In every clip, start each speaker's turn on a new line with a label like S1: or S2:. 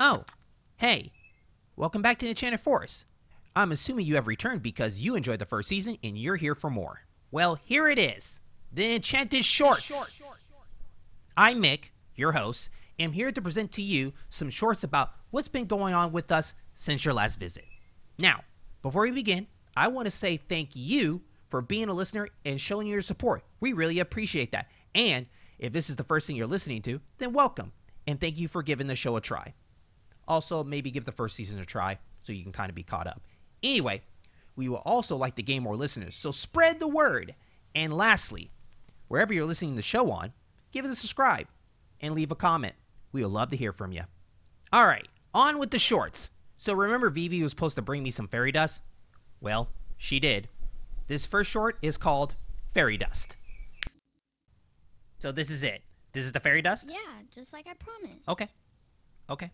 S1: Oh, Hey, welcome back to the Enchanted Forest. I'm assuming you have returned because you enjoyed the first season and you're here for more. Well, here it is The Enchanted Shorts. I, Mick, your host, am here to present to you some shorts about what's been going on with us since your last visit. Now, before we begin, I want to say thank you for being a listener and showing your support. We really appreciate that. And if this is the first thing you're listening to, then welcome and thank you for giving the show a try. Also, maybe give the first season a try so you can kind of be caught up. Anyway, we will also like to gain more listeners, so spread the word. And lastly, wherever you're listening to the show on, give it a subscribe and leave a comment. We would love to hear from you. All right, on with the shorts. So remember Vivi was supposed to bring me some fairy dust? Well, she did. This first short is called Fairy Dust. So this is it. This is the fairy dust?
S2: Yeah, just like I promised.
S1: Okay. Okay.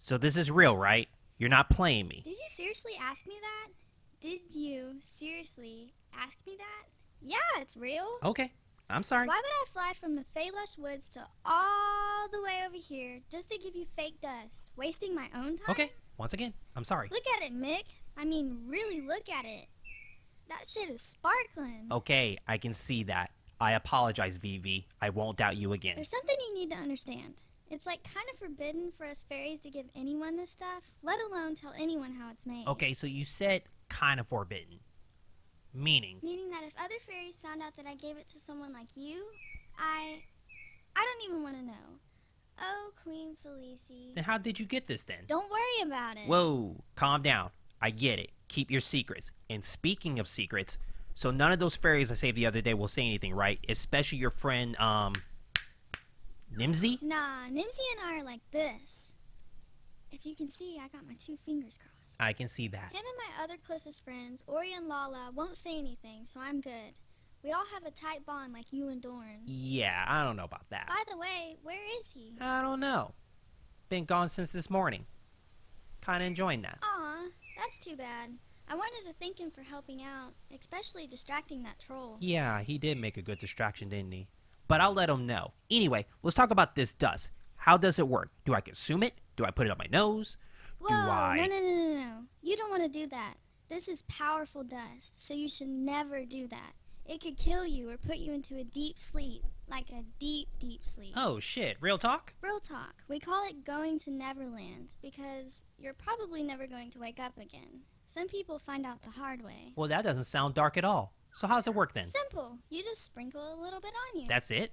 S1: So this is real, right? You're not playing me.
S2: Did you seriously ask me that? Did you seriously ask me that? Yeah, it's real.
S1: Okay. I'm sorry.
S2: Why would I fly from the Faylush Woods to all the way over here just to give you fake dust, wasting my own time?
S1: Okay. Once again, I'm sorry.
S2: Look at it, Mick. I mean, really look at it. That shit is sparkling.
S1: Okay, I can see that. I apologize, VV. I won't doubt you again.
S2: There's something you need to understand. It's like kind of forbidden for us fairies to give anyone this stuff, let alone tell anyone how it's made.
S1: Okay, so you said kind of forbidden. Meaning,
S2: Meaning that if other fairies found out that I gave it to someone like you, I. I don't even want to know. Oh, Queen Felicie.
S1: then how did you get this then?
S2: Don't worry about it.
S1: Whoa, calm down. I get it. Keep your secrets. And speaking of secrets, so none of those fairies I saved the other day will say anything, right? Especially your friend, um, Nimsy?
S2: Nah, Nimsy and I are like this. If you can see, I got my two fingers crossed.
S1: I can see that.
S2: Him and my other closest friends, Ori and Lala, won't say anything, so I'm good. We all have a tight bond like you and Dorn.
S1: Yeah, I don't know about that.
S2: By the way, where is he?
S1: I don't know. Been gone since this morning. Kinda enjoying that.
S2: Aw, that's too bad. I wanted to thank him for helping out, especially distracting that troll.
S1: Yeah, he did make a good distraction, didn't he? But I'll let him know. Anyway, let's talk about this dust. How does it work? Do I consume it? Do I put it on my nose?
S2: Whoa,
S1: I-
S2: no, no, no, no, no. You don't want to do that. This is powerful dust, so you should never do that. It could kill you or put you into a deep sleep, like a deep, deep sleep.
S1: Oh shit, real talk?
S2: Real talk, we call it going to Neverland because you're probably never going to wake up again. Some people find out the hard way.
S1: Well, that doesn't sound dark at all. So how's it work then?
S2: Simple, you just sprinkle a little bit on you.
S1: That's it?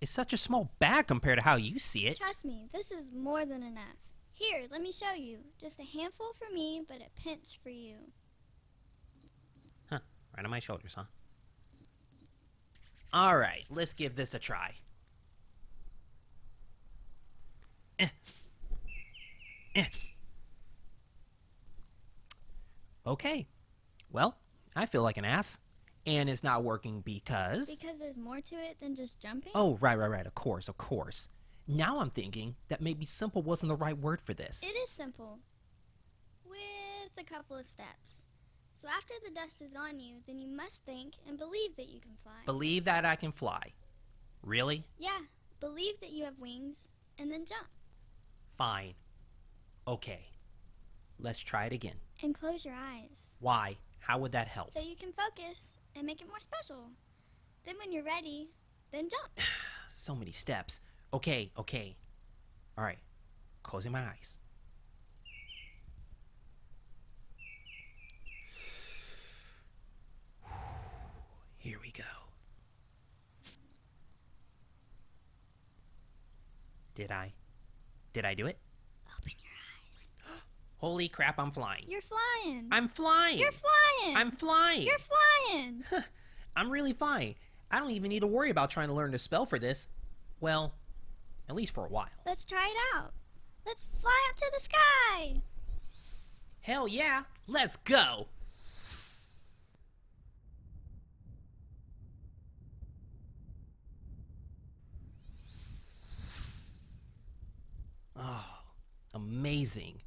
S1: It's such a small bag compared to how you see it.
S2: Trust me, this is more than enough. Here, let me show you. Just a handful for me, but a pinch for you.
S1: Right on my shoulders, huh? All right, let's give this a try. Eh. Eh. Okay. Well, I feel like an ass. And it's not working because.
S2: Because there's more to it than just jumping?
S1: Oh, right, right, right. Of course, of course. Now I'm thinking that maybe simple wasn't the right word for this.
S2: It is simple, with a couple of steps. So after the dust is on you, then you must think and believe that you can fly.
S1: Believe that I can fly. Really?
S2: yeah, believe that you have wings, and then jump.
S1: Fine. Okay. Let's try it again.
S2: And close your eyes,
S1: Why? How would that help?
S2: so you can focus and make it more special. Then when you're ready, then jump.
S1: So many steps. Okay, okay. All right. Closing my eyes. Here we go. Did I? Did I do it?
S2: Open your eyes.
S1: Holy crap, I'm flying.
S2: You're flying.
S1: I'm flying.
S2: you're flying.
S1: I'm flying.
S2: You're flying.
S1: I'm really flying. I don't even need to worry about trying to learn to spell for this. Well, at least for a while.
S2: Let's try it out. Let's fly up to the sky.
S1: Hell yeah, let's go! Oh, amazing.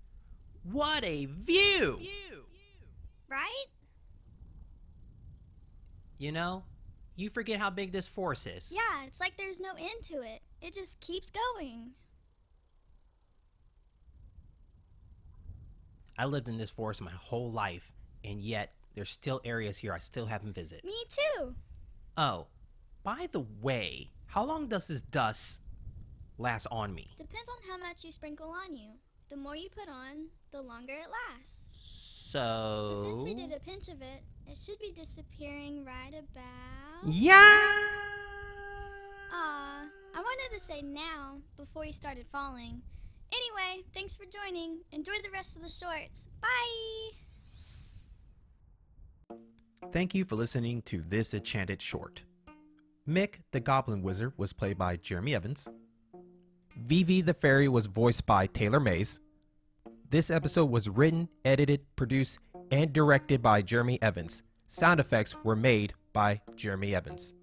S1: What a view!
S2: Right?
S1: You know, you forget how big this forest is.
S2: Yeah, it's like there's no end to it. It just keeps going.
S1: I lived in this forest my whole life, and yet there's still areas here I still haven't visited.
S2: Me too.
S1: Oh, by the way, how long does this dust last on me?
S2: Depends on how much you sprinkle on you. The more you put on, the longer it lasts.
S1: So.
S2: So since we did a pinch of it, it should be disappearing right about.
S1: Yeah!
S2: Ah, I wanted to say now before you started falling. Anyway, thanks for joining. Enjoy the rest of the shorts. Bye.
S1: Thank you for listening to this enchanted short. Mick, the Goblin Wizard, was played by Jeremy Evans. Vivi the Fairy was voiced by Taylor Mays. This episode was written, edited, produced, and directed by Jeremy Evans. Sound effects were made by Jeremy Evans.